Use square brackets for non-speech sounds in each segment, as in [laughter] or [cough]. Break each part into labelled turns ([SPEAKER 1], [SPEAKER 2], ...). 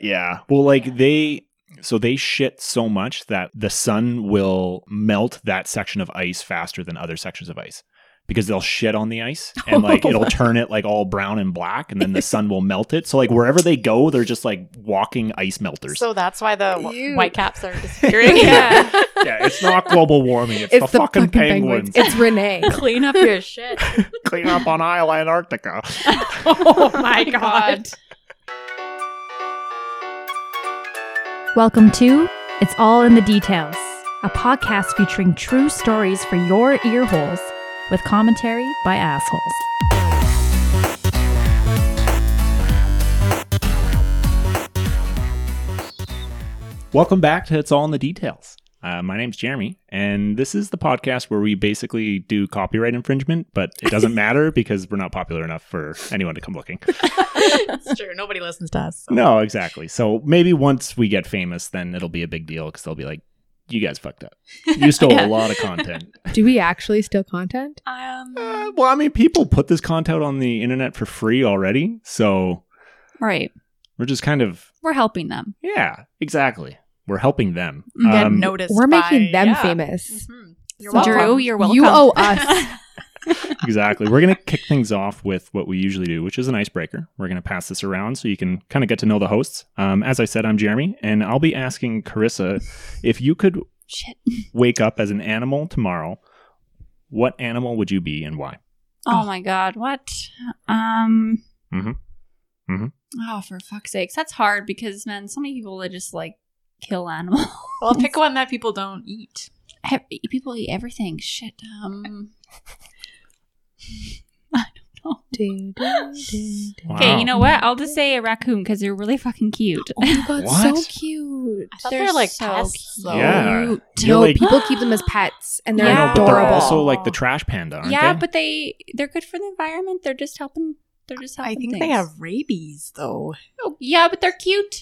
[SPEAKER 1] Yeah. Well, like they so they shit so much that the sun will melt that section of ice faster than other sections of ice because they'll shit on the [laughs] ice and like it'll turn it like all brown and black and then the sun will melt it. So like wherever they go, they're just like walking ice melters.
[SPEAKER 2] So that's why the wh-
[SPEAKER 3] Ew.
[SPEAKER 2] white caps [laughs] are disappearing.
[SPEAKER 3] Yeah.
[SPEAKER 2] [laughs]
[SPEAKER 1] yeah, it's not global warming. It's, the, fucking, penguins.
[SPEAKER 3] It's Renee.
[SPEAKER 2] Clean up your shit.
[SPEAKER 1] Clean up on Isle Antarctica.
[SPEAKER 2] [laughs] oh my god.
[SPEAKER 4] [laughs] Welcome to It's All in the Details, a podcast featuring true stories for your ear holes with commentary by assholes.
[SPEAKER 1] Welcome back to It's All in the Details. Uh, my name's Jeremy, and this is the podcast where we basically do copyright infringement, but it doesn't matter because we're not popular enough for anyone to come looking.
[SPEAKER 2] it's true. Nobody listens to us. so.
[SPEAKER 1] No, exactly. So maybe once we get famous, then it'll be a big deal because they'll be like, you guys fucked up. You stole a
[SPEAKER 2] Yeah.
[SPEAKER 1] lot of content.
[SPEAKER 3] Do we actually steal content?
[SPEAKER 2] Um,
[SPEAKER 1] Uh, well, I mean, people put this content on the internet for free already. So
[SPEAKER 5] Right.
[SPEAKER 1] we're just kind of,
[SPEAKER 5] We're helping them.
[SPEAKER 1] yeah, exactly. We're helping them. Um,
[SPEAKER 2] get noticed.
[SPEAKER 3] We're making
[SPEAKER 2] by-
[SPEAKER 3] them
[SPEAKER 2] yeah.
[SPEAKER 3] famous.
[SPEAKER 2] Mhm. You're
[SPEAKER 3] So
[SPEAKER 5] Drew,
[SPEAKER 2] welcome.
[SPEAKER 5] you're welcome.
[SPEAKER 3] You
[SPEAKER 5] [laughs]
[SPEAKER 3] owe us.
[SPEAKER 1] exactly. We're going to kick things off with what we usually do, which is an icebreaker. We're going to pass this around so you can kind of get to know the hosts. Um, as I said, I'm Jeremy, and I'll be asking Carissa if you could
[SPEAKER 5] Shit.
[SPEAKER 1] wake up as an animal tomorrow, what animal would you be and why?
[SPEAKER 5] Oh my god. What? Um.
[SPEAKER 1] Mhm. Mhm.
[SPEAKER 5] Oh, for fuck's sakes, that's hard because man, so many people that just like kill animals. [laughs]
[SPEAKER 2] Well, pick one that people don't eat.
[SPEAKER 5] Ev- people eat everything. Shit. Um.
[SPEAKER 3] Do, do, do, do.
[SPEAKER 1] Wow.
[SPEAKER 5] Okay, you know what? I'll just say a raccoon because they're really fucking cute.
[SPEAKER 3] Oh my god, so
[SPEAKER 1] What?
[SPEAKER 3] cute.
[SPEAKER 2] I thought they were like pests, though.
[SPEAKER 1] Yeah.
[SPEAKER 5] cute.
[SPEAKER 1] You're
[SPEAKER 3] no,
[SPEAKER 1] like-
[SPEAKER 3] people keep them as pets and they're
[SPEAKER 5] Yeah.
[SPEAKER 1] but
[SPEAKER 3] adorable.
[SPEAKER 1] they're also like the trash panda, [gasps] aren't
[SPEAKER 5] yeah,
[SPEAKER 1] they?
[SPEAKER 5] but they they're good for the environment. They're just helping. They're just helping.
[SPEAKER 2] I think they
[SPEAKER 5] things.
[SPEAKER 2] have rabies, though.
[SPEAKER 5] Oh, yeah, but they're cute.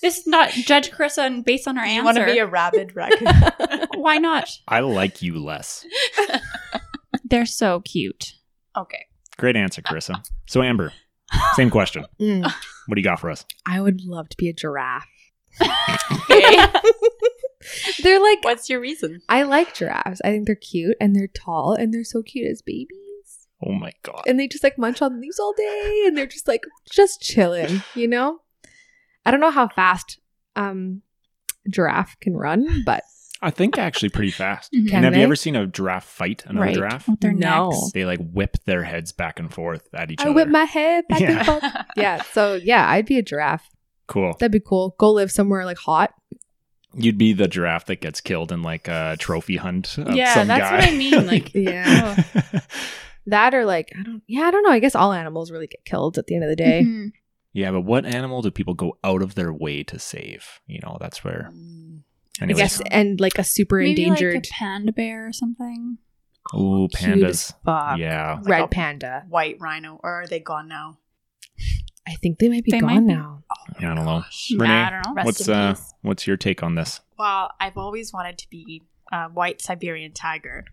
[SPEAKER 5] this is not judge Carissa and based on her
[SPEAKER 2] [laughs] You want
[SPEAKER 5] answer.
[SPEAKER 2] to be a [laughs] rabid raccoon?
[SPEAKER 5] [laughs] Why not?
[SPEAKER 1] I like you less.
[SPEAKER 5] They're so cute.
[SPEAKER 2] okay.
[SPEAKER 1] Great answer, Carissa. So
[SPEAKER 5] [laughs]
[SPEAKER 1] Amber, same question.
[SPEAKER 3] Mm.
[SPEAKER 1] What do you got for us?
[SPEAKER 3] I would love to be a giraffe.
[SPEAKER 2] okay.
[SPEAKER 3] They're
[SPEAKER 2] [laughs]
[SPEAKER 3] like
[SPEAKER 2] What's your reason?
[SPEAKER 3] I like giraffes. I think they're cute and they're tall and they're so cute as babies.
[SPEAKER 1] Oh my god.
[SPEAKER 3] And they just like munch on leaves all day and they're just like just chilling, you know? I don't know how fast um giraffe can run, but
[SPEAKER 1] I think actually pretty fast.
[SPEAKER 5] Mhm.
[SPEAKER 3] Can
[SPEAKER 1] and have you
[SPEAKER 3] they?
[SPEAKER 1] ever seen a giraffe fight another
[SPEAKER 5] Right.
[SPEAKER 1] giraffe?
[SPEAKER 5] With their
[SPEAKER 3] No.
[SPEAKER 5] necks.
[SPEAKER 1] They like whip their heads back and forth at each
[SPEAKER 3] I
[SPEAKER 1] other.
[SPEAKER 3] whip my head back
[SPEAKER 1] Yeah.
[SPEAKER 3] and forth. Yeah, so yeah, I'd be a giraffe.
[SPEAKER 1] cool.
[SPEAKER 3] That'd be cool. Go live somewhere like hot.
[SPEAKER 1] You'd be the giraffe that gets killed in like a trophy hunt. Of
[SPEAKER 5] Yeah,
[SPEAKER 1] some
[SPEAKER 5] that's
[SPEAKER 1] guy.
[SPEAKER 5] what I
[SPEAKER 1] [laughs]
[SPEAKER 5] mean, [laughs] like-
[SPEAKER 3] Yeah. [laughs] That or like I don't yeah, I don't know. I guess all animals really get killed at the end of the day.
[SPEAKER 5] Mhm.
[SPEAKER 1] yeah, but what animal do people go out of their way to save? You know, that's where.
[SPEAKER 2] Mm.
[SPEAKER 3] I
[SPEAKER 1] Anyways,
[SPEAKER 3] guess and like a super
[SPEAKER 5] Maybe
[SPEAKER 3] endangered
[SPEAKER 5] like a panda bear or something.
[SPEAKER 1] ooh,
[SPEAKER 3] cute
[SPEAKER 1] pandas.
[SPEAKER 3] as fuck.
[SPEAKER 1] Yeah,
[SPEAKER 2] Like
[SPEAKER 3] Red
[SPEAKER 2] a-
[SPEAKER 3] panda.
[SPEAKER 2] White rhino, or are they gone now?
[SPEAKER 3] I think they might be
[SPEAKER 5] They might
[SPEAKER 3] gone
[SPEAKER 5] be-
[SPEAKER 3] now.
[SPEAKER 1] yeah, I don't know. Renee,
[SPEAKER 5] I don't know.
[SPEAKER 2] Rest
[SPEAKER 1] What's
[SPEAKER 2] in
[SPEAKER 1] uh,
[SPEAKER 2] peace.
[SPEAKER 1] what's your take on this?
[SPEAKER 2] Well, I've always wanted to be a white Siberian tiger.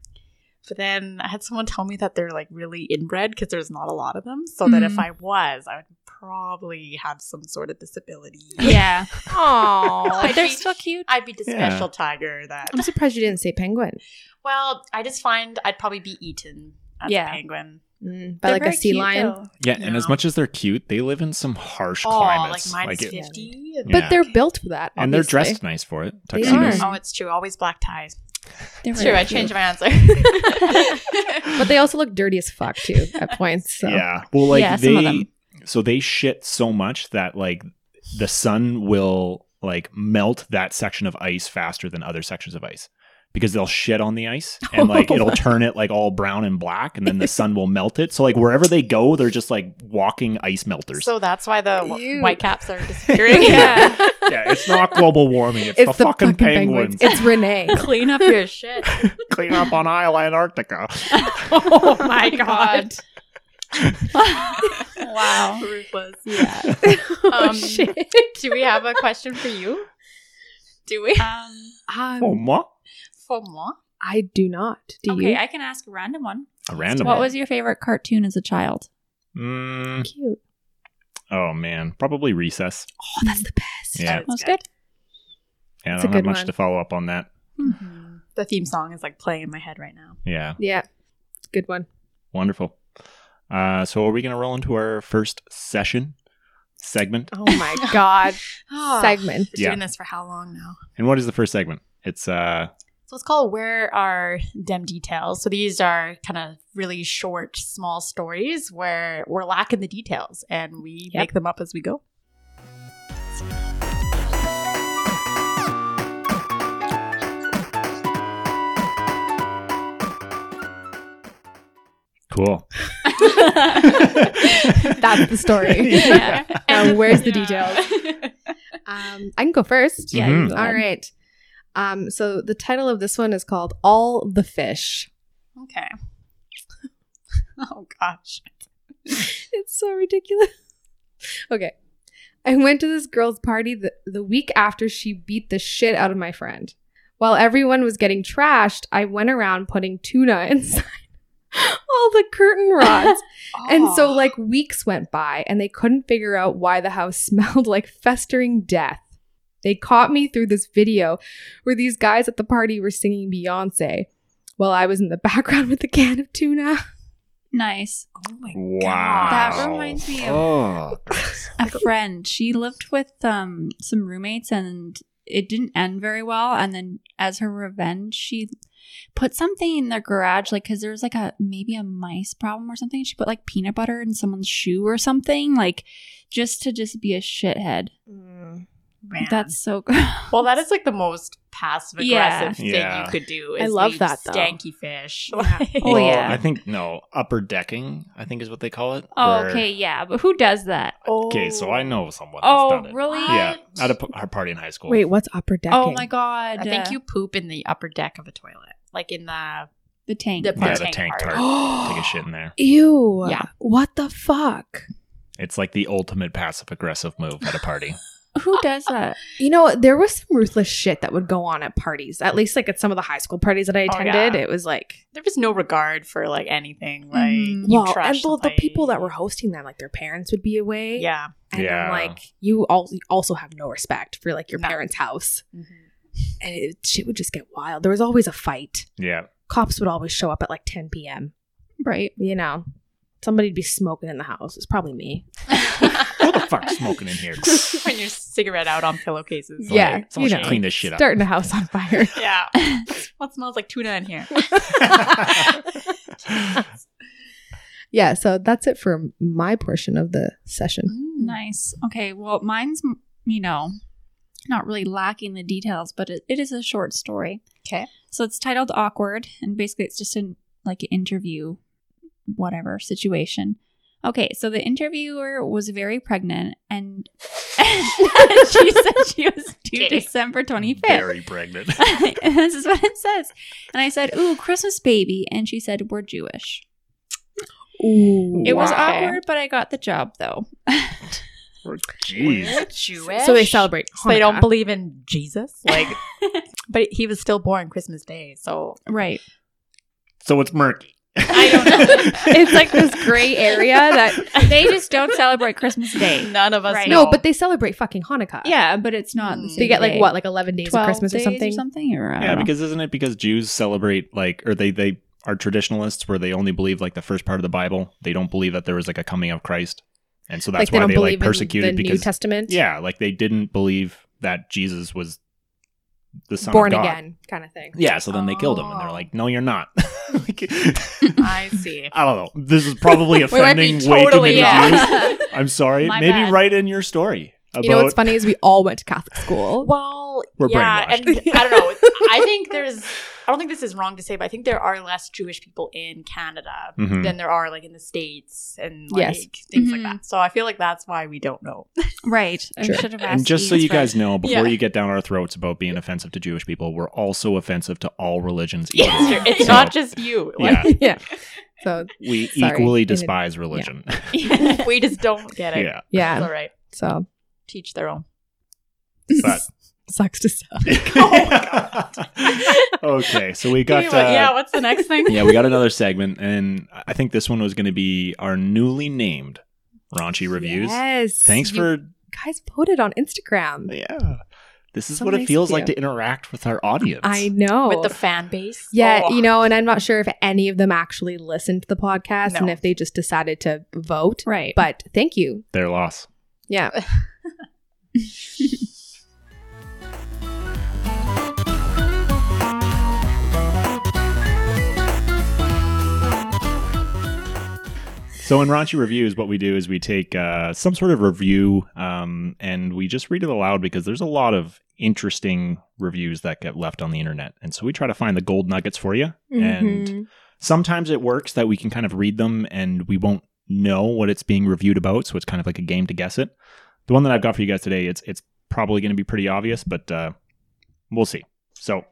[SPEAKER 2] But then I had someone tell me that they're like really inbred because there's not a lot of them. So that if
[SPEAKER 5] Mhm.
[SPEAKER 2] I was, I would probably have some sort of disability.
[SPEAKER 5] [laughs] [laughs] Yeah,
[SPEAKER 3] Oh,
[SPEAKER 2] [laughs]
[SPEAKER 5] but they're still cute.
[SPEAKER 2] I'd be the
[SPEAKER 1] Yeah.
[SPEAKER 2] special tiger that.
[SPEAKER 3] I'm surprised you didn't say penguin.
[SPEAKER 2] Well, I just find I'd probably be eaten as
[SPEAKER 5] Yeah.
[SPEAKER 2] a penguin.
[SPEAKER 3] Mm, but
[SPEAKER 5] They're
[SPEAKER 3] like a
[SPEAKER 5] very
[SPEAKER 3] sea
[SPEAKER 5] cute,
[SPEAKER 3] lion.
[SPEAKER 5] though.
[SPEAKER 1] Yeah, and as
[SPEAKER 2] No.
[SPEAKER 1] much as they're cute, they live in some harsh
[SPEAKER 2] Oh,
[SPEAKER 1] climates.
[SPEAKER 2] like minus
[SPEAKER 1] it-
[SPEAKER 3] it-
[SPEAKER 2] 50.
[SPEAKER 3] But
[SPEAKER 1] Yeah.
[SPEAKER 3] they're built for that.
[SPEAKER 1] and they're
[SPEAKER 3] obviously.
[SPEAKER 1] dressed nice for it.
[SPEAKER 3] They
[SPEAKER 1] Tuxedos.
[SPEAKER 3] are.
[SPEAKER 2] Oh, it's true. Always black ties.
[SPEAKER 5] They're
[SPEAKER 2] It's
[SPEAKER 5] really
[SPEAKER 2] true. I
[SPEAKER 5] cute.
[SPEAKER 2] changed my answer.
[SPEAKER 5] [laughs]
[SPEAKER 3] But they also look dirty as fuck too at points. So.
[SPEAKER 1] Yeah. Well, like
[SPEAKER 5] Yeah,
[SPEAKER 1] they,
[SPEAKER 5] some of them.
[SPEAKER 1] so they shit so much that like the sun will like melt that section of ice faster than other sections of ice because they'll shit on the ice and like it'll turn it like all brown and black and then the sun will melt it. So like wherever they go, they're just like walking ice melters.
[SPEAKER 2] [laughs] so that's why the wh-
[SPEAKER 3] Ew.
[SPEAKER 2] white
[SPEAKER 5] [laughs]
[SPEAKER 2] caps are disappearing.
[SPEAKER 3] [laughs] Yeah.
[SPEAKER 1] [laughs] yeah, it's not global warming. It's, the, fucking, penguins.
[SPEAKER 3] It's Renee. [laughs]
[SPEAKER 2] Clean [laughs] up your shit.
[SPEAKER 1] Clean up on Isle Antarctica.
[SPEAKER 2] oh my [laughs] god. [laughs]
[SPEAKER 5] Wow.
[SPEAKER 2] Ruthless.
[SPEAKER 5] [laughs]
[SPEAKER 2] [laughs]
[SPEAKER 3] yeah.
[SPEAKER 2] Um,
[SPEAKER 3] oh shit.
[SPEAKER 2] Do we have a question for you? Do we?
[SPEAKER 5] Um,
[SPEAKER 1] oh,
[SPEAKER 3] Um,
[SPEAKER 1] ma.
[SPEAKER 2] For moi?
[SPEAKER 3] I do not. Do
[SPEAKER 5] okay,
[SPEAKER 3] you?
[SPEAKER 5] I can ask a random one.
[SPEAKER 1] A random.
[SPEAKER 5] What
[SPEAKER 1] one.
[SPEAKER 5] was your favorite cartoon as a child?
[SPEAKER 1] Mm,
[SPEAKER 3] Cute.
[SPEAKER 1] Oh man, probably recess.
[SPEAKER 3] Oh, that's the best.
[SPEAKER 1] Yeah,
[SPEAKER 2] That's
[SPEAKER 5] good.
[SPEAKER 1] yeah. I
[SPEAKER 3] It's
[SPEAKER 1] don't
[SPEAKER 3] a
[SPEAKER 1] have
[SPEAKER 3] good
[SPEAKER 1] much
[SPEAKER 3] one.
[SPEAKER 1] to follow up on that.
[SPEAKER 2] Mhm. The theme song is like playing in my head right [laughs] now.
[SPEAKER 1] Yeah,
[SPEAKER 3] Yeah. It's a good one.
[SPEAKER 1] wonderful. Uh, so are we gonna roll into our first session segment?
[SPEAKER 3] [laughs] Oh [laughs] my
[SPEAKER 2] [laughs]
[SPEAKER 3] god. Segment.
[SPEAKER 2] Ah, Been
[SPEAKER 1] Yeah.
[SPEAKER 2] Doing this for how long now?
[SPEAKER 1] And what is the first segment? It's uh,
[SPEAKER 2] So it's called Where Are Dem Details? So these are kind of really short, small stories where we're lacking the details and we
[SPEAKER 3] Yep.
[SPEAKER 2] make them up as we go.
[SPEAKER 5] [laughs]
[SPEAKER 1] cool.
[SPEAKER 2] [laughs]
[SPEAKER 3] That's the story.
[SPEAKER 5] [laughs]
[SPEAKER 1] [laughs] Yeah.
[SPEAKER 3] [laughs] Now, where's the details?
[SPEAKER 5] details?
[SPEAKER 3] [laughs] Um, I can go first.
[SPEAKER 1] Yeah, you Mhm.
[SPEAKER 5] go
[SPEAKER 3] All
[SPEAKER 5] ahead.
[SPEAKER 3] right. Um, so the title of this one is called All the Fish. [laughs]
[SPEAKER 2] Okay. [laughs] oh gosh.
[SPEAKER 3] It's so ridiculous. [laughs] Okay. I went to this girl's party the, the week after she beat the shit out of my friend. While everyone was getting trashed, I went around putting tuna [laughs] inside all the curtain rods. And so, like, weeks went by and they couldn't figure out why the house [laughs] smelled like festering death. They caught me through this video where these guys at the party were singing Beyonce while I was in the [laughs] background with a can of tuna.
[SPEAKER 5] nice.
[SPEAKER 2] oh my
[SPEAKER 1] Wow.
[SPEAKER 2] God.
[SPEAKER 5] That reminds me of-
[SPEAKER 1] Oh.
[SPEAKER 5] A friend, she lived with um some roommates and it didn't end very well. And then as her revenge, she put something in their garage, like because there was like a maybe a mice problem or something. She put like peanut butter in someone's shoe or something, like just to just be a shithead.
[SPEAKER 2] Man.
[SPEAKER 5] That's so [laughs] gross.
[SPEAKER 2] well, that is like the most passive aggressive
[SPEAKER 1] Yeah.
[SPEAKER 2] thing
[SPEAKER 1] Yeah.
[SPEAKER 2] you could do.
[SPEAKER 3] I
[SPEAKER 2] is
[SPEAKER 3] love
[SPEAKER 2] leave
[SPEAKER 3] that, though.
[SPEAKER 2] stanky fish.
[SPEAKER 3] Yeah.
[SPEAKER 2] Like-
[SPEAKER 5] Oh,
[SPEAKER 2] [laughs]
[SPEAKER 1] Well,
[SPEAKER 5] yeah.
[SPEAKER 1] I think no upper decking. I think is what they call it.
[SPEAKER 5] Oh,
[SPEAKER 1] where-
[SPEAKER 5] okay, yeah, but who does that?
[SPEAKER 3] Oh,
[SPEAKER 1] Okay, so I know someone. that's
[SPEAKER 5] Oh,
[SPEAKER 1] done it.
[SPEAKER 5] really?
[SPEAKER 1] Yeah,
[SPEAKER 2] What?
[SPEAKER 1] at a p- her party in high school.
[SPEAKER 3] Wait, what's upper decking?
[SPEAKER 5] Oh
[SPEAKER 3] [gasps]
[SPEAKER 5] my god!
[SPEAKER 2] I think you poop in the upper deck of a toilet, like in the
[SPEAKER 5] the tank.
[SPEAKER 2] the
[SPEAKER 1] yeah,
[SPEAKER 2] part.
[SPEAKER 1] the tank
[SPEAKER 2] tank
[SPEAKER 1] tart.
[SPEAKER 2] part.
[SPEAKER 1] Take a shit in there.
[SPEAKER 3] Ew.
[SPEAKER 5] Yeah.
[SPEAKER 3] What the fuck?
[SPEAKER 1] It's like the ultimate passive aggressive move at a party.
[SPEAKER 5] [laughs] who does that?
[SPEAKER 3] You know, there was some ruthless shit that would go on at parties. At least like at some of the high school parties that I
[SPEAKER 2] Oh, yeah.
[SPEAKER 3] attended, it was like
[SPEAKER 2] [gasps] there was no regard for like anything. Like
[SPEAKER 5] Mhm.
[SPEAKER 2] you
[SPEAKER 3] Mm-hmm. well, and
[SPEAKER 2] trash
[SPEAKER 3] well, the
[SPEAKER 2] somebody.
[SPEAKER 3] people that were hosting them, like their parents would be away.
[SPEAKER 2] yeah.
[SPEAKER 3] and
[SPEAKER 1] Yeah.
[SPEAKER 3] then like you all you also have no respect for like your
[SPEAKER 2] No.
[SPEAKER 3] parents' house, and it, shit would just get wild. There was always a fight.
[SPEAKER 1] Yeah.
[SPEAKER 3] Cops would always show up at like 10 p.m.
[SPEAKER 5] Right.
[SPEAKER 3] You know, somebody'd be smoking in the house. It's probably me.
[SPEAKER 1] Who the fuck's smoking in
[SPEAKER 5] [laughs]
[SPEAKER 1] here?
[SPEAKER 2] [laughs]
[SPEAKER 1] [laughs]
[SPEAKER 2] when your cigarette out on pillowcases.
[SPEAKER 1] Yeah. someone should clean this shit up.
[SPEAKER 3] starting a house on [laughs] fire.
[SPEAKER 2] Yeah. what smells like tuna in here?
[SPEAKER 3] yeah, so that's it for my portion of the session.
[SPEAKER 2] Mm.
[SPEAKER 5] Nice. Okay. Well, mine's m- you know not really lacking the details, but it, it is a short story.
[SPEAKER 2] Okay.
[SPEAKER 5] So it's titled "Awkward," and basically it's just an like an interview, whatever situation. Okay, so the interviewer was very pregnant, and, [laughs] and
[SPEAKER 2] [laughs]
[SPEAKER 5] she said she was due
[SPEAKER 2] Okay.
[SPEAKER 5] December twenty fifth.
[SPEAKER 1] Very pregnant.
[SPEAKER 5] [laughs] this is what it says. And I said, Ooh, Christmas baby. And she said, We're Jewish.
[SPEAKER 3] Ooh,
[SPEAKER 5] It was
[SPEAKER 2] Wow.
[SPEAKER 5] awkward, but I got the job though.
[SPEAKER 1] Jeez.
[SPEAKER 2] We're Jewish.
[SPEAKER 3] So they celebrate.
[SPEAKER 2] So they don't
[SPEAKER 3] Hanukkah.
[SPEAKER 2] believe in Jesus, like, but he was still born Christmas Day, so
[SPEAKER 5] right.
[SPEAKER 1] So it's murky.
[SPEAKER 2] I
[SPEAKER 1] [laughs]
[SPEAKER 2] don't know.
[SPEAKER 3] It's like this gray area that
[SPEAKER 5] They just don't celebrate Christmas Day.
[SPEAKER 2] none of us.
[SPEAKER 5] Right.
[SPEAKER 2] Know.
[SPEAKER 3] no, but they celebrate fucking Hanukkah.
[SPEAKER 5] Yeah, but it's not. The
[SPEAKER 2] Mm.
[SPEAKER 5] same
[SPEAKER 3] they get like
[SPEAKER 5] day.
[SPEAKER 3] what, like eleven days of
[SPEAKER 5] 12
[SPEAKER 3] Christmas or
[SPEAKER 5] days
[SPEAKER 3] something.
[SPEAKER 5] Or something or, uh, I
[SPEAKER 1] Yeah,
[SPEAKER 5] don't know. [laughs]
[SPEAKER 1] because isn't it because Jews celebrate like, or they they are traditionalists where they only believe like the first part of the Bible. They don't believe that there was like a coming of Christ, and so that's
[SPEAKER 3] like they
[SPEAKER 1] why
[SPEAKER 3] don't
[SPEAKER 1] they
[SPEAKER 3] believe
[SPEAKER 1] like persecuted
[SPEAKER 3] in the New
[SPEAKER 1] because
[SPEAKER 3] Testament.
[SPEAKER 1] yeah, like they didn't believe that Jesus was the son
[SPEAKER 3] born
[SPEAKER 1] of God.
[SPEAKER 3] again kind of thing.
[SPEAKER 1] Yeah, so then they killed him, and they're
[SPEAKER 2] Oh.
[SPEAKER 1] like, "No, you're not." [laughs] Like,
[SPEAKER 2] I see.
[SPEAKER 1] I don't know. This is
[SPEAKER 3] [laughs]
[SPEAKER 1] probably
[SPEAKER 2] We might be
[SPEAKER 1] offending way too
[SPEAKER 2] totally
[SPEAKER 1] many
[SPEAKER 2] wrong.
[SPEAKER 1] Jews.
[SPEAKER 5] yeah.
[SPEAKER 1] I'm sorry.
[SPEAKER 5] My
[SPEAKER 1] Maybe
[SPEAKER 5] bad.
[SPEAKER 1] write in your story about.
[SPEAKER 3] You know what's funny is we all went to Catholic school.
[SPEAKER 2] [laughs]
[SPEAKER 3] [laughs]
[SPEAKER 2] Well,
[SPEAKER 1] We're
[SPEAKER 2] yeah, and
[SPEAKER 1] brainwashed. [laughs]
[SPEAKER 2] I don't know. I think there's. I don't think this is wrong to say, but I think there are less Jewish people in Canada
[SPEAKER 1] Mhm.
[SPEAKER 2] than there are like in the states and like
[SPEAKER 3] Yes.
[SPEAKER 2] things
[SPEAKER 5] Mhm.
[SPEAKER 2] like that. So I feel like that's why we don't know.
[SPEAKER 5] Right. I
[SPEAKER 3] Sure.
[SPEAKER 5] should have asked.
[SPEAKER 1] And just so
[SPEAKER 5] Ian's
[SPEAKER 1] you
[SPEAKER 5] friend.
[SPEAKER 1] guys know, before
[SPEAKER 2] Yeah.
[SPEAKER 1] you get down our throats about being offensive to Jewish people, we're also offensive to all religions. equally.
[SPEAKER 2] It's, it's
[SPEAKER 1] So-
[SPEAKER 2] not just you.
[SPEAKER 1] Yeah,
[SPEAKER 3] yeah. So
[SPEAKER 1] we
[SPEAKER 3] [laughs] Sorry.
[SPEAKER 1] equally
[SPEAKER 3] It is-
[SPEAKER 1] despise religion.
[SPEAKER 2] Like, we just don't
[SPEAKER 1] [laughs]
[SPEAKER 2] get
[SPEAKER 1] Yeah.
[SPEAKER 3] [laughs]
[SPEAKER 2] it. It's
[SPEAKER 3] yeah.
[SPEAKER 2] all right.
[SPEAKER 3] So
[SPEAKER 2] Teach
[SPEAKER 1] [laughs]
[SPEAKER 2] their own.
[SPEAKER 1] But-
[SPEAKER 3] [laughs] sucks to suck.
[SPEAKER 1] [laughs] okay, so we got.
[SPEAKER 2] [laughs] Anyway, yeah,
[SPEAKER 1] Uh,
[SPEAKER 2] what's
[SPEAKER 1] [laughs]
[SPEAKER 2] the next thing?
[SPEAKER 1] yeah, we got another segment, and I think this one was going to be our newly named raunchy reviews.
[SPEAKER 3] Yes.
[SPEAKER 1] Thanks
[SPEAKER 3] You
[SPEAKER 1] for
[SPEAKER 3] guys voted on Instagram.
[SPEAKER 1] yeah. This is
[SPEAKER 3] So
[SPEAKER 1] what
[SPEAKER 3] nice
[SPEAKER 1] it
[SPEAKER 3] of
[SPEAKER 1] feels like
[SPEAKER 3] you.
[SPEAKER 1] to interact with our audience.
[SPEAKER 3] I know.
[SPEAKER 2] with the fan base.
[SPEAKER 3] yeah,
[SPEAKER 2] Oh.
[SPEAKER 3] you know, and I'm not sure if any of them actually listened to the podcast
[SPEAKER 2] No.
[SPEAKER 3] and if they just decided to vote.
[SPEAKER 5] [laughs] Right.
[SPEAKER 3] But thank you.
[SPEAKER 1] Their loss.
[SPEAKER 3] Yeah.
[SPEAKER 1] So in raunchy reviews, what we do is we take uh, some sort of review um, and we just read it aloud because there's a lot of interesting reviews that get left on the internet, and so we try to find the gold nuggets for you.
[SPEAKER 3] [laughs]
[SPEAKER 1] And
[SPEAKER 3] Mhm.
[SPEAKER 1] sometimes it works that we can kind of read them and we won't know what it's being reviewed about, so it's kind of like a game to guess it. The one that I've got for you guys today, it's it's probably going to be pretty obvious, but uh, we'll see. So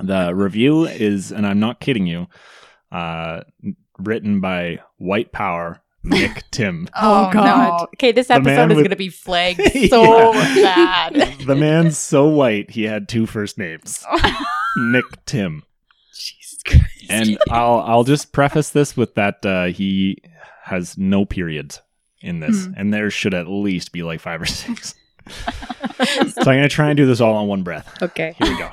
[SPEAKER 1] the review is, and I'm not kidding you, uh, written by White Power Nick Tim.
[SPEAKER 2] Oh,
[SPEAKER 3] Oh, God.
[SPEAKER 2] God. Okay, this
[SPEAKER 1] The man
[SPEAKER 2] episode is
[SPEAKER 1] with-
[SPEAKER 2] going to
[SPEAKER 1] [laughs]
[SPEAKER 2] be flagged so bad.
[SPEAKER 3] [laughs]
[SPEAKER 1] the man's so white he had two first names, Nick Tim.
[SPEAKER 3] Jesus Christ.
[SPEAKER 1] And I'll I'll just preface this with that uh, he has no periods in this,
[SPEAKER 5] Hmm.
[SPEAKER 1] and there should at least be like five or six. [laughs] so I'm gonna try and do this all on one breath.
[SPEAKER 3] Okay.
[SPEAKER 1] Here we go.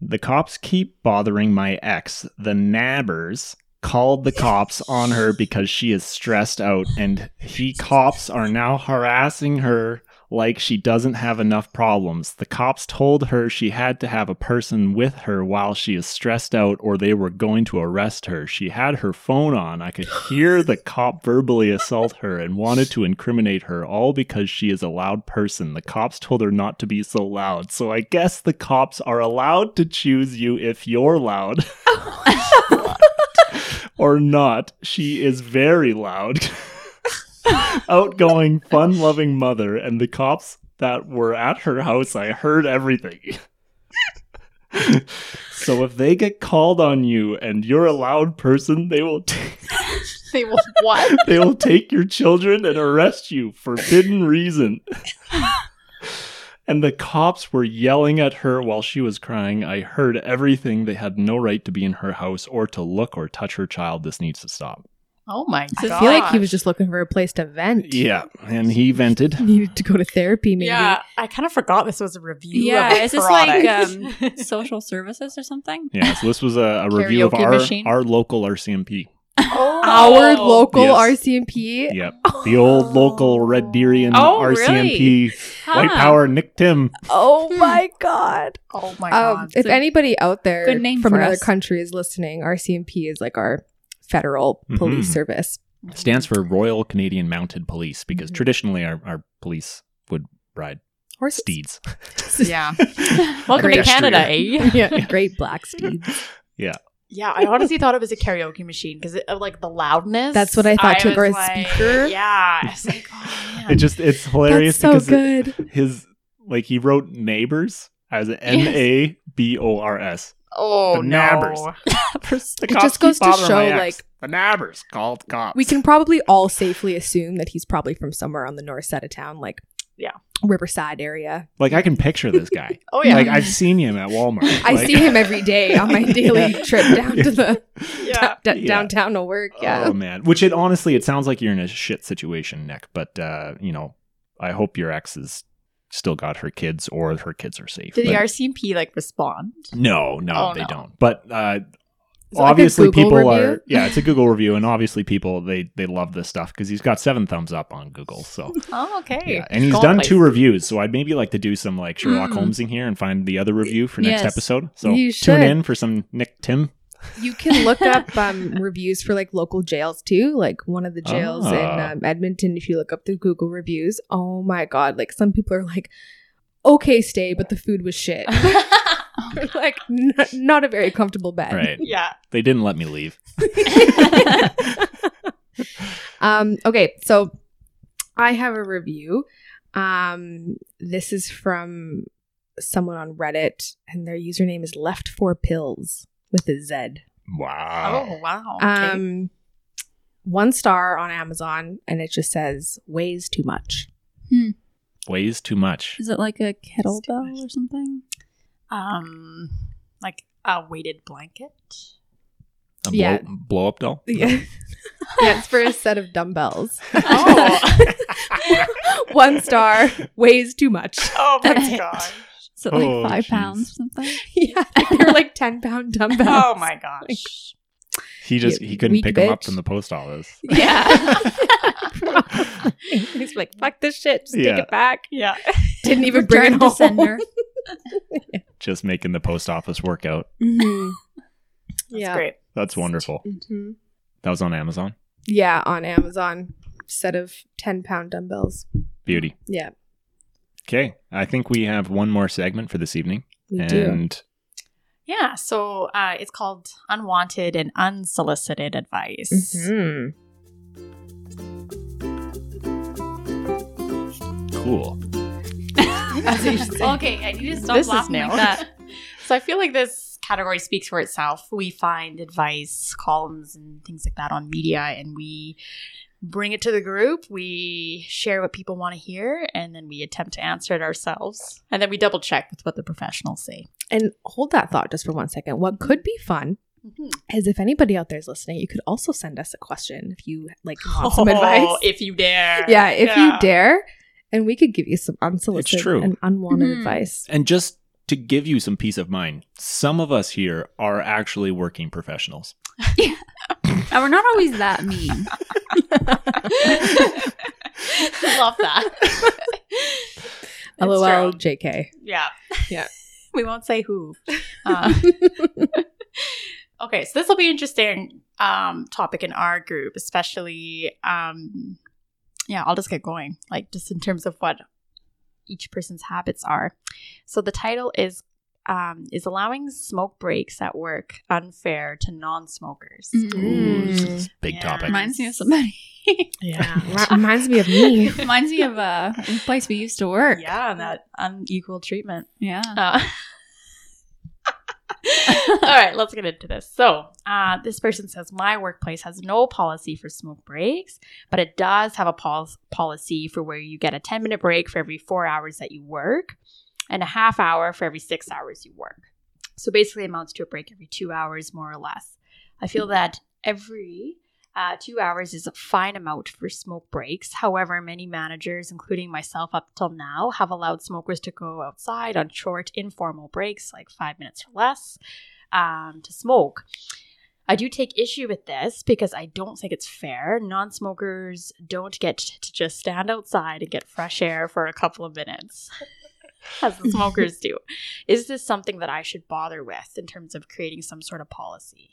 [SPEAKER 1] The cops keep bothering my ex. The nabbers called the cops on her because she is stressed out, and he cops are now harassing her like she doesn't have enough problems. The cops told her she had to have a person with her while she is stressed out, or they were going to arrest her. She had her phone on. I could hear the cop verbally assault her and wanted to incriminate her, all because she is a loud person. The cops told her not to be so loud. So I guess the cops are allowed to choose you if you're loud. [laughs] or not. She is very loud, outgoing, fun loving mother, and the cops that were at her house, I heard everything. so if they get called on you and you're a loud person, they will t- [laughs]
[SPEAKER 2] They will what?
[SPEAKER 1] they will take your children and arrest you for forbidden reason. And the cops were yelling at her while she was crying. I heard everything. They had no right to be in her house or to look or touch her child. This needs to stop.
[SPEAKER 2] Oh my
[SPEAKER 3] I
[SPEAKER 2] god!
[SPEAKER 3] feel like he was just looking for a place to vent.
[SPEAKER 1] Yeah, and he vented.
[SPEAKER 3] Needed to go to therapy, maybe.
[SPEAKER 2] Yeah, I kind of forgot this was a review.
[SPEAKER 5] Yeah,
[SPEAKER 2] of a
[SPEAKER 5] is this like, um,
[SPEAKER 2] product.
[SPEAKER 3] [laughs]
[SPEAKER 2] [laughs]
[SPEAKER 3] um,
[SPEAKER 5] Social services or something?
[SPEAKER 1] Yeah, so this was a, a review of
[SPEAKER 5] Karaoke
[SPEAKER 1] our
[SPEAKER 5] machine.
[SPEAKER 1] our local RCMP.
[SPEAKER 2] oh.
[SPEAKER 3] Our local
[SPEAKER 1] Yes.
[SPEAKER 3] RCMP.
[SPEAKER 1] Yep, the old local Red Deerian
[SPEAKER 2] Oh,
[SPEAKER 1] RCMP White
[SPEAKER 5] Huh.
[SPEAKER 1] Power Nick Tim.
[SPEAKER 3] Oh
[SPEAKER 5] Hmm.
[SPEAKER 3] my God.
[SPEAKER 2] Oh my
[SPEAKER 3] [laughs] Um,
[SPEAKER 2] god!
[SPEAKER 3] if
[SPEAKER 5] So-
[SPEAKER 3] anybody out there
[SPEAKER 5] Good name
[SPEAKER 3] from
[SPEAKER 5] for
[SPEAKER 3] another
[SPEAKER 5] us.
[SPEAKER 3] country is listening, RCMP is like our federal police
[SPEAKER 1] Mhm.
[SPEAKER 3] service.
[SPEAKER 1] Stands for Royal Canadian Mounted Police because
[SPEAKER 3] Mhm.
[SPEAKER 1] traditionally our, our police would ride
[SPEAKER 3] Horses.
[SPEAKER 1] steeds. [laughs]
[SPEAKER 2] Yeah. Welcome to
[SPEAKER 1] Great.
[SPEAKER 2] Canada,
[SPEAKER 1] [laughs]
[SPEAKER 2] eh?
[SPEAKER 3] [laughs] yeah, great
[SPEAKER 5] [laughs]
[SPEAKER 3] black steed.
[SPEAKER 2] Yeah, I honestly thought it was a karaoke machine because of like the loudness.
[SPEAKER 3] That's what I thought, too,
[SPEAKER 2] was
[SPEAKER 3] or a speaker. [laughs]
[SPEAKER 2] Yeah, I was like, oh man.
[SPEAKER 1] It just it's
[SPEAKER 3] That's
[SPEAKER 1] hilarious
[SPEAKER 3] so
[SPEAKER 1] because it-
[SPEAKER 3] good.
[SPEAKER 1] his like he wrote neighbors as N A B O R S. [laughs]
[SPEAKER 2] oh
[SPEAKER 1] the
[SPEAKER 2] no.
[SPEAKER 1] nabbers. The
[SPEAKER 3] It
[SPEAKER 1] cops
[SPEAKER 3] just goes
[SPEAKER 1] keep
[SPEAKER 3] to
[SPEAKER 1] bothering my
[SPEAKER 3] show,
[SPEAKER 1] ex. the nabbers called cops.
[SPEAKER 3] We can probably all safely assume that he's probably from somewhere on the north side of town, like
[SPEAKER 2] Yeah.
[SPEAKER 3] Riverside area.
[SPEAKER 1] like I can picture this guy.
[SPEAKER 2] Oh yeah.
[SPEAKER 1] Like I've seen him at Walmart.
[SPEAKER 3] [laughs] I
[SPEAKER 1] Like-
[SPEAKER 3] see him every day on my
[SPEAKER 1] [laughs]
[SPEAKER 3] daily
[SPEAKER 1] Yeah.
[SPEAKER 3] trip down to the
[SPEAKER 2] yeah.
[SPEAKER 3] d-
[SPEAKER 1] [laughs] Yeah.
[SPEAKER 3] downtown to work. [laughs] Yeah.
[SPEAKER 1] Oh man. Which it honestly it sounds like you're in a shit situation, Nick, but uh, you know, I hope your ex is still got her kids or her kids are safe.
[SPEAKER 2] Did the
[SPEAKER 1] But-
[SPEAKER 2] RCMP like respond?
[SPEAKER 1] no, no,
[SPEAKER 2] Oh,
[SPEAKER 1] they
[SPEAKER 2] no.
[SPEAKER 1] don't. But uh
[SPEAKER 3] Is it like a
[SPEAKER 1] obviously
[SPEAKER 3] Google
[SPEAKER 1] people
[SPEAKER 3] review?
[SPEAKER 1] are yeah, it's a Google review and obviously people they they love this stuff cuz he's got 7 thumbs up on Google. So
[SPEAKER 2] Oh, okay.
[SPEAKER 3] [laughs]
[SPEAKER 1] yeah, and he's
[SPEAKER 2] Going
[SPEAKER 1] done
[SPEAKER 2] places.
[SPEAKER 1] two reviews, so I'd maybe like to do some like Sherlock
[SPEAKER 5] Mm.
[SPEAKER 1] Holmes in here and find the other review for next
[SPEAKER 5] Yes.
[SPEAKER 1] episode. So
[SPEAKER 3] You should.
[SPEAKER 1] tune in for some Nick Tim.
[SPEAKER 3] You can look up um, reviews for like local jails too. Like one of the jails
[SPEAKER 1] Ah.
[SPEAKER 3] in um, Edmonton, if you look up the Google reviews, oh my God. Like some people are like, okay, stay, but the food was shit. [laughs] like, n- not a very comfortable bed. [laughs]
[SPEAKER 1] Right.
[SPEAKER 2] yeah.
[SPEAKER 1] They didn't let me leave.
[SPEAKER 3] um, okay, so I have a review. Um, this is from someone on Reddit, and their username is left for pills with a Z.
[SPEAKER 1] Wow.
[SPEAKER 2] Oh wow. okay.
[SPEAKER 3] Um, one star on Amazon, and it just says weighs too much. Oh.
[SPEAKER 1] Weighs too much.
[SPEAKER 5] Is it like a kettlebell or something?
[SPEAKER 2] um, like a weighted blanket.
[SPEAKER 1] A
[SPEAKER 3] Yeah.
[SPEAKER 1] blow, blow up doll?
[SPEAKER 3] [laughs] Yeah, Yeah, it's for a set of dumbbells. [laughs]
[SPEAKER 2] Oh,
[SPEAKER 3] One star weighs too much.
[SPEAKER 2] oh [laughs] my god.
[SPEAKER 5] So like
[SPEAKER 1] Oh,
[SPEAKER 5] five
[SPEAKER 1] jeez.
[SPEAKER 5] pounds or something.
[SPEAKER 3] [laughs] Yeah, they're like ten pound dumbbells.
[SPEAKER 2] Oh
[SPEAKER 3] [laughs]
[SPEAKER 2] my gosh.
[SPEAKER 1] He just
[SPEAKER 3] You
[SPEAKER 1] he couldn't
[SPEAKER 3] weak
[SPEAKER 1] pick him up
[SPEAKER 3] bitch.
[SPEAKER 1] from the post
[SPEAKER 3] [laughs]
[SPEAKER 1] office.
[SPEAKER 5] [laughs]
[SPEAKER 3] Yeah. He's like, fuck this shit. Just
[SPEAKER 1] Yeah.
[SPEAKER 3] take it back.
[SPEAKER 2] Yeah.
[SPEAKER 3] Didn't even bring it
[SPEAKER 5] Return to
[SPEAKER 3] home.
[SPEAKER 5] sender.
[SPEAKER 1] Just making the post office workout.
[SPEAKER 3] [laughs] Mhm.
[SPEAKER 2] That's
[SPEAKER 3] yeah.
[SPEAKER 2] great.
[SPEAKER 1] That's wonderful.
[SPEAKER 3] Mhm.
[SPEAKER 1] That was on Amazon.
[SPEAKER 3] Yeah, on Amazon. Set of 10 pound dumbbells.
[SPEAKER 1] Beauty.
[SPEAKER 3] Yeah,
[SPEAKER 1] Okay. I think we have one more segment for this evening.
[SPEAKER 3] we do.
[SPEAKER 1] and
[SPEAKER 2] Yeah. So uh, it's called unwanted and unsolicited advice.
[SPEAKER 3] [laughs] Mhm.
[SPEAKER 1] cool.
[SPEAKER 5] [laughs]
[SPEAKER 2] That's what you should say.
[SPEAKER 5] okay, I need to stop
[SPEAKER 2] This is
[SPEAKER 5] laughing
[SPEAKER 2] new.
[SPEAKER 5] like that.
[SPEAKER 2] [laughs] So I feel like this category speaks for itself. We find advice columns and things like that on media and we bring it to the group. We share what people want to hear and then we attempt to answer it ourselves. And then we double check with what the professionals say.
[SPEAKER 3] And hold that thought just for one second. What could be fun
[SPEAKER 2] Mm-hmm.
[SPEAKER 3] is if anybody out there is listening, you could also send us a question if you like want some
[SPEAKER 2] [laughs] Oh,
[SPEAKER 3] advice.
[SPEAKER 2] if you dare.
[SPEAKER 3] yeah, if
[SPEAKER 2] Yeah.
[SPEAKER 3] you dare. And we could give you some unsolicited
[SPEAKER 1] true.
[SPEAKER 3] and unwanted
[SPEAKER 2] Hmm.
[SPEAKER 5] Mhm.
[SPEAKER 3] advice.
[SPEAKER 1] And just to give you some peace of mind, some of us here are actually working professionals.
[SPEAKER 5] [laughs] And we're not always [laughs] that mean.
[SPEAKER 2] [laughs] Love that.
[SPEAKER 3] [laughs] LOL,
[SPEAKER 2] It's true.
[SPEAKER 3] JK.
[SPEAKER 2] Yeah.
[SPEAKER 3] Yeah.
[SPEAKER 2] [laughs] We won't say who.
[SPEAKER 3] [laughs]
[SPEAKER 2] Um, [laughs] okay, so this will be interesting um, topic in our group, especially. Um, yeah, I'll just get going, like just in terms of what each person's habits are. So the title is um, is allowing smoke breaks at work unfair to non-smokers.
[SPEAKER 1] Ooh, this
[SPEAKER 3] Mm.
[SPEAKER 1] is a big
[SPEAKER 2] Yeah.
[SPEAKER 1] topic.
[SPEAKER 5] Reminds me of somebody.
[SPEAKER 2] Yeah. [laughs]
[SPEAKER 3] Re- Reminds me of
[SPEAKER 5] [laughs]
[SPEAKER 3] me.
[SPEAKER 5] Reminds me of uh, [laughs] a place we used to work.
[SPEAKER 2] Yeah, and that unequal treatment.
[SPEAKER 5] Yeah. [laughs]
[SPEAKER 2] Uh, all right, let's get into this. So, uh, this person says my workplace has no policy for smoke breaks, but it does have a pol- policy for where you get a 10 minute break for every four hours that you work and a half hour for every six hours you work. So, basically, it amounts to a break every two hours, more or less. I feel that every uh, two hours is a fine amount for smoke breaks. However, many managers, including myself up till now, have allowed smokers to go outside on short, informal breaks, like five minutes or less, um, to smoke. I do take issue with this because I don't think it's fair. Non smokers don't get to just stand outside and get fresh air for a couple of minutes, as the smokers do. Is this something that I should bother with in terms of creating some sort of policy?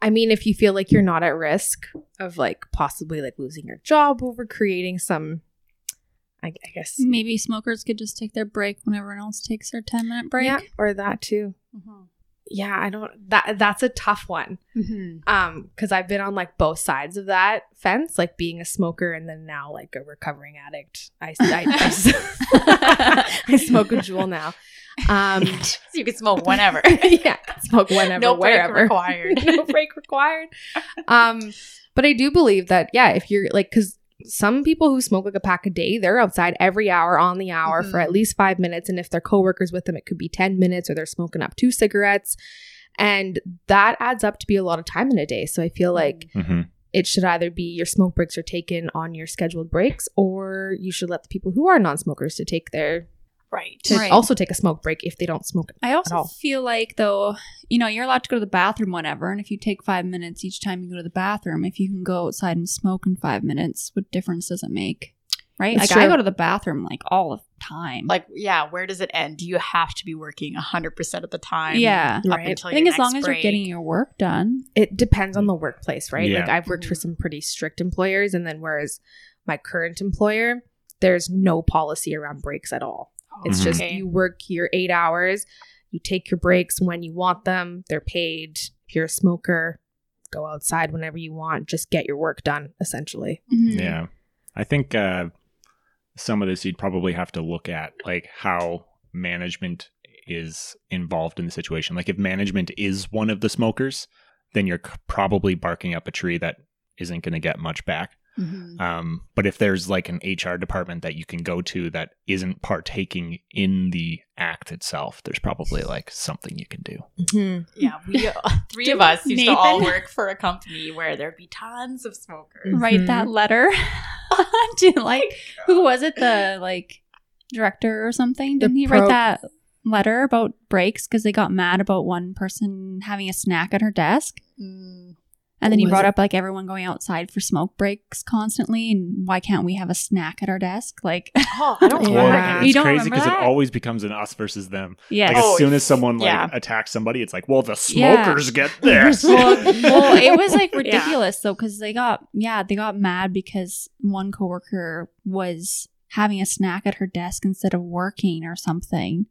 [SPEAKER 3] I mean, if you feel like you're not at risk of like possibly like losing your job over creating some, I, I guess,
[SPEAKER 5] Maybe smokers could just take their break when everyone else takes their 10 minute break.
[SPEAKER 3] Yeah, or that too. Yeah, I don't. That that's a tough one.
[SPEAKER 2] Mm-hmm.
[SPEAKER 3] Um, because I've been on like both sides of that fence, like being a smoker and then now like a recovering addict. I I, I s- [laughs] I smoke a jewel now. Um, [laughs]
[SPEAKER 2] So [laughs] you can smoke whenever.
[SPEAKER 3] yeah, smoke whenever,
[SPEAKER 2] [laughs] no break
[SPEAKER 3] wherever.
[SPEAKER 2] required.
[SPEAKER 3] [laughs] no break
[SPEAKER 2] [laughs]
[SPEAKER 3] required. Um, but I do believe that yeah, if you're like, because some people who smoke like a pack a day, they're outside every hour on the hour for
[SPEAKER 2] Mhm.
[SPEAKER 3] at least five minutes, and if their coworkers with them, it could be ten minutes, or they're smoking up two cigarettes, and that adds up to be a lot of time in a day. So I
[SPEAKER 2] Mm.
[SPEAKER 3] feel like
[SPEAKER 1] hmm
[SPEAKER 3] it should either be your smoke breaks are taken on your scheduled breaks, or you should let the people who are non-smokers to take their
[SPEAKER 2] right.
[SPEAKER 3] to
[SPEAKER 5] Right.
[SPEAKER 3] also take a smoke break if they don't smoke.
[SPEAKER 5] I
[SPEAKER 3] At
[SPEAKER 5] also
[SPEAKER 3] all.
[SPEAKER 5] feel like though, you know, you're allowed to go to the bathroom whenever, and if you take five minutes each time you go to the bathroom, if you can go outside and smoke in five minutes, what difference does it make? Right?
[SPEAKER 3] That's
[SPEAKER 5] like I
[SPEAKER 3] true.
[SPEAKER 5] go to the bathroom like all the time.
[SPEAKER 2] Like, yeah, where does it end? Do you have to be working 100% of the time?
[SPEAKER 5] yeah.
[SPEAKER 2] Up
[SPEAKER 3] Right.
[SPEAKER 2] until
[SPEAKER 5] I think
[SPEAKER 2] your
[SPEAKER 5] as long
[SPEAKER 2] next
[SPEAKER 5] as you're
[SPEAKER 2] break?
[SPEAKER 5] getting your work done.
[SPEAKER 3] it depends on the workplace, right?
[SPEAKER 1] Yeah.
[SPEAKER 3] Like I've worked for
[SPEAKER 5] Mm-hmm.
[SPEAKER 3] some pretty strict employers, and then whereas my current employer, there's no policy around breaks at all. It's
[SPEAKER 1] Mhm.
[SPEAKER 3] just
[SPEAKER 2] Oh, Okay.
[SPEAKER 3] you work your eight hours, you take your breaks when you want them, they're paid. If you're a smoker, go outside whenever you want, just get your work done, essentially.
[SPEAKER 5] Mm-hmm.
[SPEAKER 1] Yeah. I think uh, some of this you'd probably have to look at like how management is involved in the situation. Like if management is one of the smokers, then you're c- probably barking up a tree that isn't going to get much back.
[SPEAKER 5] Mm-hmm.
[SPEAKER 1] Um, but if there's like an HR department that you can go to that isn't partaking in the act itself, there's probably like something you can do.
[SPEAKER 5] Mm-hmm.
[SPEAKER 2] Yeah,
[SPEAKER 3] [laughs]
[SPEAKER 2] we uh, three of us used to all work for a company where there'd be tons of smokers.
[SPEAKER 5] Write
[SPEAKER 3] Mhm.
[SPEAKER 5] that letter [laughs] to like who was it? The like director or something?
[SPEAKER 3] The
[SPEAKER 5] Didn't he
[SPEAKER 3] pro-
[SPEAKER 5] write that letter about breaks because they got mad about one person having a snack at her desk?
[SPEAKER 3] Mm.
[SPEAKER 2] Mm.
[SPEAKER 5] And then he
[SPEAKER 3] Was
[SPEAKER 5] brought
[SPEAKER 3] it-
[SPEAKER 5] up like everyone going outside for smoke breaks constantly, and why can't we have a snack at our desk? Like, [laughs]
[SPEAKER 2] Oh, I don't
[SPEAKER 3] Yeah.
[SPEAKER 2] remember.
[SPEAKER 3] Yeah.
[SPEAKER 2] that.
[SPEAKER 5] You
[SPEAKER 1] It's
[SPEAKER 5] don't
[SPEAKER 1] crazy
[SPEAKER 5] remember
[SPEAKER 1] it
[SPEAKER 5] that?
[SPEAKER 1] always becomes an us versus them.
[SPEAKER 5] yes,
[SPEAKER 1] Like
[SPEAKER 2] Oh,
[SPEAKER 1] as soon as someone like
[SPEAKER 2] yeah.
[SPEAKER 1] attacks somebody, it's like, well, the
[SPEAKER 5] Yeah.
[SPEAKER 1] smokers
[SPEAKER 5] [laughs]
[SPEAKER 1] get this.
[SPEAKER 5] [laughs] well,
[SPEAKER 1] [laughs]
[SPEAKER 5] well, it was [laughs] like
[SPEAKER 2] Yeah.
[SPEAKER 5] ridiculous though, 'cause though because they got yeah they got mad because one coworker was having a snack at her desk instead of working or something.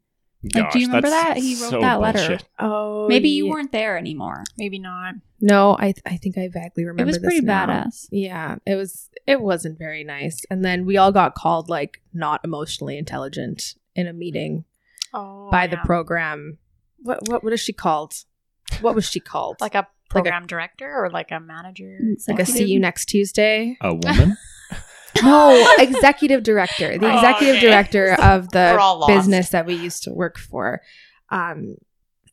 [SPEAKER 5] Like, do you remember
[SPEAKER 1] that's
[SPEAKER 5] that? He wrote
[SPEAKER 1] so
[SPEAKER 5] that letter.
[SPEAKER 1] bullshit.
[SPEAKER 2] Oh,
[SPEAKER 5] Maybe you
[SPEAKER 2] yeah.
[SPEAKER 5] weren't there anymore.
[SPEAKER 2] Maybe not.
[SPEAKER 3] No, I th- I think I vaguely remember.
[SPEAKER 5] It was pretty
[SPEAKER 3] this now.
[SPEAKER 5] badass.
[SPEAKER 3] Yeah, it was. It wasn't very nice. And then we all got called like not emotionally intelligent in a meeting
[SPEAKER 2] Oh,
[SPEAKER 3] by the
[SPEAKER 2] yeah.
[SPEAKER 3] program. What what what is she called? What was she called?
[SPEAKER 2] like a program director or like a manager.
[SPEAKER 5] It's
[SPEAKER 3] like a see you next Tuesday.
[SPEAKER 5] [laughs]
[SPEAKER 1] A woman?
[SPEAKER 3] [laughs]
[SPEAKER 2] [laughs]
[SPEAKER 3] No, executive director. The
[SPEAKER 2] Oh,
[SPEAKER 3] executive
[SPEAKER 2] okay.
[SPEAKER 3] [laughs] director of
[SPEAKER 2] We're all
[SPEAKER 3] the
[SPEAKER 2] lost.
[SPEAKER 3] business that we used to work for. Um,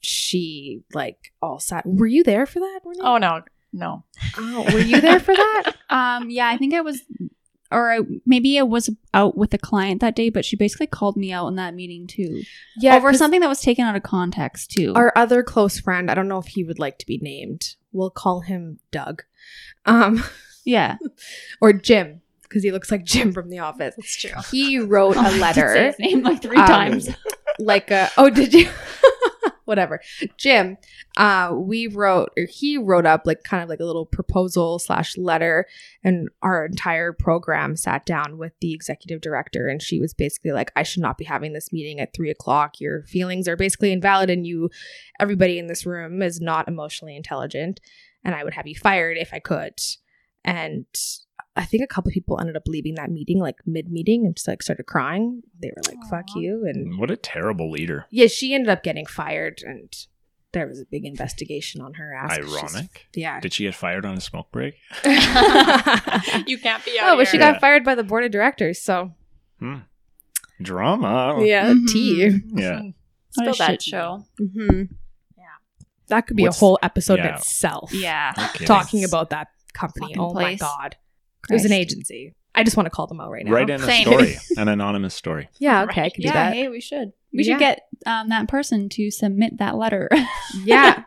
[SPEAKER 3] she like all sat. Were you there for that? Renee?
[SPEAKER 2] Oh no, no.
[SPEAKER 3] Oh, were you there for that? [laughs]
[SPEAKER 5] Um, yeah, I think I was, or I, maybe I was out with a client that day, but she basically called me out in that meeting too
[SPEAKER 3] Yeah,
[SPEAKER 5] over
[SPEAKER 3] 'cause-
[SPEAKER 5] something that was taken out of context too.
[SPEAKER 3] our other close friend i don't know if he would like to be named we'll call him doug um [laughs]
[SPEAKER 5] yeah,
[SPEAKER 3] or jim because he looks like jim from the office
[SPEAKER 2] It's true.
[SPEAKER 3] he wrote
[SPEAKER 5] Oh, I
[SPEAKER 3] a
[SPEAKER 5] did say
[SPEAKER 3] letter
[SPEAKER 5] his name like
[SPEAKER 3] [laughs]
[SPEAKER 5] three
[SPEAKER 3] um,
[SPEAKER 5] times. [laughs]
[SPEAKER 3] like a oh did you [laughs] whatever jim uh we wrote or he wrote up like kind of like a little proposal slash letter and our entire program sat down with the executive director and she was basically like i should not be having this meeting at three o'clock your feelings are basically invalid and you everybody in this room is not emotionally intelligent and i would have you fired if i could and I think a couple people ended up leaving that meeting like mid meeting and just like started crying. They were like, fuck
[SPEAKER 2] Aw.
[SPEAKER 3] you. And
[SPEAKER 1] What a terrible leader.
[SPEAKER 3] yeah, she ended up getting fired, and there was a big investigation on her ass. 'cause she's-
[SPEAKER 1] Ironic.
[SPEAKER 3] Yeah. [laughs]
[SPEAKER 1] Did she get fired on a smoke break?
[SPEAKER 2] you can't be out.
[SPEAKER 3] oh, but she
[SPEAKER 2] here.
[SPEAKER 3] got fired by the board of directors, so uh,
[SPEAKER 1] Drama.
[SPEAKER 3] yeah, Oh,
[SPEAKER 5] Mhm.
[SPEAKER 3] tea.
[SPEAKER 5] [laughs]
[SPEAKER 1] Yeah.
[SPEAKER 5] What a
[SPEAKER 2] Spill that
[SPEAKER 5] shit
[SPEAKER 2] tea.
[SPEAKER 5] show.
[SPEAKER 3] Mm-hmm.
[SPEAKER 2] Yeah.
[SPEAKER 3] that could be
[SPEAKER 1] What's-
[SPEAKER 3] a whole episode in
[SPEAKER 1] yeah.
[SPEAKER 3] itself.
[SPEAKER 5] Yeah. [laughs]
[SPEAKER 1] No kidding.
[SPEAKER 3] talking about that company.
[SPEAKER 5] Fucking
[SPEAKER 3] oh
[SPEAKER 5] place.
[SPEAKER 3] my god, it was an
[SPEAKER 5] Christ.
[SPEAKER 3] agency. I just want to call them out right now.
[SPEAKER 1] Write in a
[SPEAKER 5] Same. [laughs]
[SPEAKER 1] story, an anonymous story.
[SPEAKER 3] Yeah, okay, I
[SPEAKER 2] Right.
[SPEAKER 3] can do
[SPEAKER 5] yeah,
[SPEAKER 3] that.
[SPEAKER 5] hey, we should. We
[SPEAKER 3] Yeah.
[SPEAKER 5] should get um, that person to submit that letter.
[SPEAKER 3] [laughs]
[SPEAKER 5] [laughs]
[SPEAKER 3] Yeah,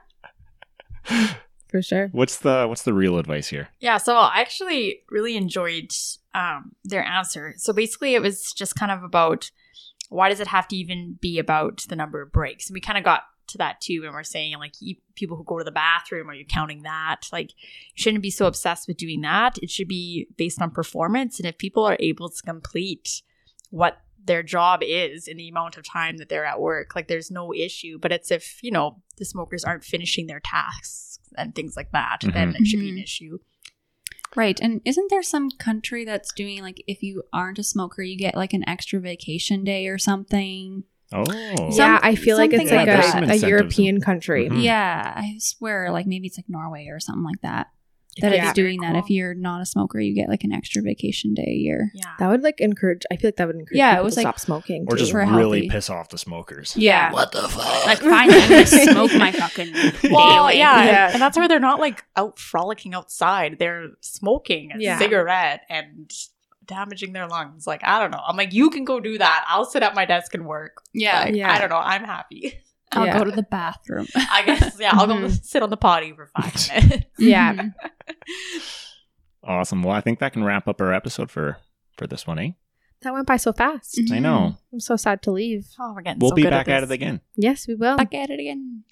[SPEAKER 3] for sure.
[SPEAKER 1] What's the what's the real advice here?
[SPEAKER 2] Yeah, so I actually really enjoyed um, their answer. So basically, it was just kind of about why does it have to even be about the number of breaks? And we kind of got to that too when we're saying like you, people who go to the bathroom, are you counting that? Like, you shouldn't be so obsessed with doing that. It should be based on performance. And if people are able to complete what their job is in the amount of time that they're at work, like, there's no issue. But it's if, you know, the smokers aren't finishing their tasks and things like that, then it should be an issue.
[SPEAKER 5] right. And isn't there some country that's doing like if you aren't a smoker, you get like an extra vacation day or something?
[SPEAKER 1] Oh.
[SPEAKER 3] yeah, I feel like it's
[SPEAKER 5] something like that.
[SPEAKER 3] like a, a
[SPEAKER 1] Investment
[SPEAKER 3] European
[SPEAKER 1] incentives.
[SPEAKER 3] country.
[SPEAKER 1] Mhm. Mm.
[SPEAKER 5] Yeah, I swear, like maybe it's like Norway or something like that. That
[SPEAKER 3] Yeah.
[SPEAKER 5] it's doing that. If
[SPEAKER 2] Cool.
[SPEAKER 5] you're not a smoker, you get like an extra vacation day a year.
[SPEAKER 2] Yeah.
[SPEAKER 3] That would like encourage. I feel like that would encourage.
[SPEAKER 5] Yeah, it
[SPEAKER 3] people
[SPEAKER 5] was
[SPEAKER 3] to
[SPEAKER 5] like-
[SPEAKER 3] stop smoking
[SPEAKER 1] Or
[SPEAKER 3] too.
[SPEAKER 1] just
[SPEAKER 5] for
[SPEAKER 1] really
[SPEAKER 5] healthy.
[SPEAKER 1] piss off the smokers.
[SPEAKER 5] Yeah.
[SPEAKER 1] What the fuck?
[SPEAKER 5] Like, fine,
[SPEAKER 1] [laughs]
[SPEAKER 5] I'm gonna smoke my fucking.
[SPEAKER 2] [laughs] Well,
[SPEAKER 5] daily.
[SPEAKER 2] yeah,
[SPEAKER 3] Yeah.
[SPEAKER 2] and that's where they're not like out frolicking outside. They're smoking a
[SPEAKER 3] Yeah.
[SPEAKER 2] cigarette and damaging their lungs. Like I don't know. I'm like, you can go do that. I'll sit at my desk and work.
[SPEAKER 5] Yeah.
[SPEAKER 2] Like,
[SPEAKER 3] Yeah.
[SPEAKER 2] I don't know. I'm [laughs] happy.
[SPEAKER 5] I'll
[SPEAKER 3] Yeah.
[SPEAKER 5] go to the bathroom.
[SPEAKER 1] [laughs]
[SPEAKER 5] [laughs]
[SPEAKER 2] I guess. Yeah, I'll go
[SPEAKER 3] Mhm.
[SPEAKER 2] sit on the potty for [laughs] five minutes.
[SPEAKER 3] Yeah.
[SPEAKER 5] Mhm.
[SPEAKER 1] Awesome. Well, I think that can wrap up our episode for for this one, eh?
[SPEAKER 3] that went by so fast.
[SPEAKER 5] Mm-hmm.
[SPEAKER 1] I know.
[SPEAKER 3] I'm so sad to leave.
[SPEAKER 2] Oh, we're getting.
[SPEAKER 1] We'll
[SPEAKER 2] so
[SPEAKER 1] be
[SPEAKER 2] good
[SPEAKER 1] back at,
[SPEAKER 2] this.
[SPEAKER 1] it again.
[SPEAKER 3] Yes, we will.
[SPEAKER 5] Back at it again.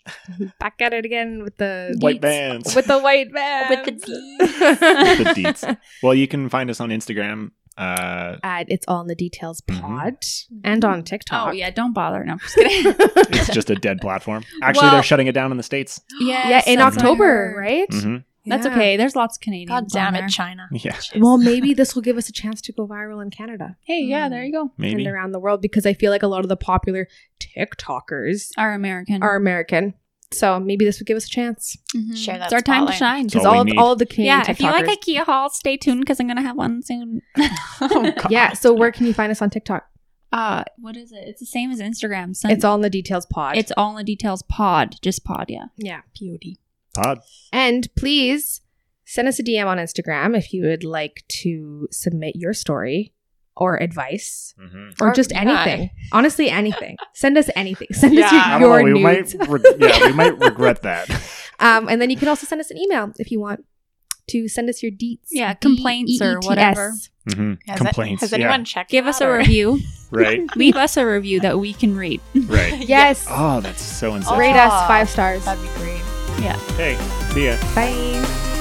[SPEAKER 3] Back at it again with the
[SPEAKER 1] White
[SPEAKER 5] [laughs] Yeets.
[SPEAKER 1] bands.
[SPEAKER 3] with [laughs] the white man.
[SPEAKER 2] With the
[SPEAKER 3] [laughs] deets. [laughs]
[SPEAKER 1] The deets. well, you can find us on Instagram. Uh,
[SPEAKER 3] At it's all in the details
[SPEAKER 1] Mhm.
[SPEAKER 3] pod and on TikTok.
[SPEAKER 5] Oh
[SPEAKER 3] [laughs]
[SPEAKER 5] yeah, don't bother. No, I'm just kidding. [laughs]
[SPEAKER 1] it's just a dead platform. Actually,
[SPEAKER 5] Well-
[SPEAKER 1] they're shutting it down in the
[SPEAKER 5] [laughs]
[SPEAKER 1] states.
[SPEAKER 3] yeah, in
[SPEAKER 5] that's what I
[SPEAKER 3] October,
[SPEAKER 5] heard.
[SPEAKER 3] right?
[SPEAKER 1] hmm
[SPEAKER 5] That's
[SPEAKER 3] Yeah.
[SPEAKER 5] okay. There's lots of Canadians.
[SPEAKER 2] [laughs] God
[SPEAKER 5] on
[SPEAKER 2] damn it,
[SPEAKER 5] there.
[SPEAKER 2] [laughs] China.
[SPEAKER 1] Yeah,
[SPEAKER 2] Jeez.
[SPEAKER 3] Well, maybe this will give us a chance to go viral in Canada
[SPEAKER 5] Hey, yeah, there you go.
[SPEAKER 1] maybe.
[SPEAKER 3] and around the world because I feel like a lot of the popular TikTokers
[SPEAKER 5] Our American. Mm-hmm.
[SPEAKER 3] are American. So maybe this would give us a chance.
[SPEAKER 2] Share that
[SPEAKER 5] It's our time to
[SPEAKER 2] spotlight.
[SPEAKER 5] shine.
[SPEAKER 1] So-
[SPEAKER 3] Because
[SPEAKER 1] all we
[SPEAKER 3] all,
[SPEAKER 1] need.
[SPEAKER 3] all of the Canadian
[SPEAKER 5] yeah,
[SPEAKER 3] TikTokers.
[SPEAKER 5] if you like IKEA haul, stay tuned because I'm gonna have one soon.
[SPEAKER 2] Oh, [laughs]
[SPEAKER 3] yeah. So where can you find us on TikTok?
[SPEAKER 5] [laughs] Uh, what is it? It's the same as Instagram. Send-
[SPEAKER 3] It's all in the details pod.
[SPEAKER 5] It's all in the details. Pod, just pod. Yeah.
[SPEAKER 3] yeah.
[SPEAKER 2] Beauty.
[SPEAKER 1] Pod.
[SPEAKER 3] And please send us a DM on Instagram if you would like to submit your story or advice
[SPEAKER 1] Mm-hmm.
[SPEAKER 5] Oh,
[SPEAKER 3] or
[SPEAKER 2] Or-
[SPEAKER 3] just
[SPEAKER 2] yeah.
[SPEAKER 3] anything.
[SPEAKER 5] [laughs]
[SPEAKER 3] Honestly, anything. Send us anything. Send
[SPEAKER 2] Yeah.
[SPEAKER 1] I
[SPEAKER 3] us
[SPEAKER 1] don't know.
[SPEAKER 3] your,
[SPEAKER 1] We
[SPEAKER 3] your
[SPEAKER 1] might,
[SPEAKER 3] nudes.
[SPEAKER 1] re- yeah, we might regret
[SPEAKER 5] [laughs]
[SPEAKER 1] that.
[SPEAKER 3] Um, and then you can also send us an email if you want to send us your deets. E
[SPEAKER 5] Yeah, complaints or
[SPEAKER 3] D-E-E-T-S.
[SPEAKER 5] whatever.
[SPEAKER 1] Mm-hmm.
[SPEAKER 2] Has it-
[SPEAKER 1] Complaints.
[SPEAKER 2] has anyone checked?
[SPEAKER 5] Give us a
[SPEAKER 2] [laughs] review.
[SPEAKER 5] review.
[SPEAKER 1] yeah. Right.
[SPEAKER 5] Leave us a review that we can read. [laughs]
[SPEAKER 1] Right. [laughs]
[SPEAKER 3] Yes.
[SPEAKER 1] Oh, that's so
[SPEAKER 2] Oh.
[SPEAKER 1] insensitive.
[SPEAKER 3] Rate us five stars.
[SPEAKER 2] That'd be great.
[SPEAKER 1] Hey, see ya.
[SPEAKER 3] Bye.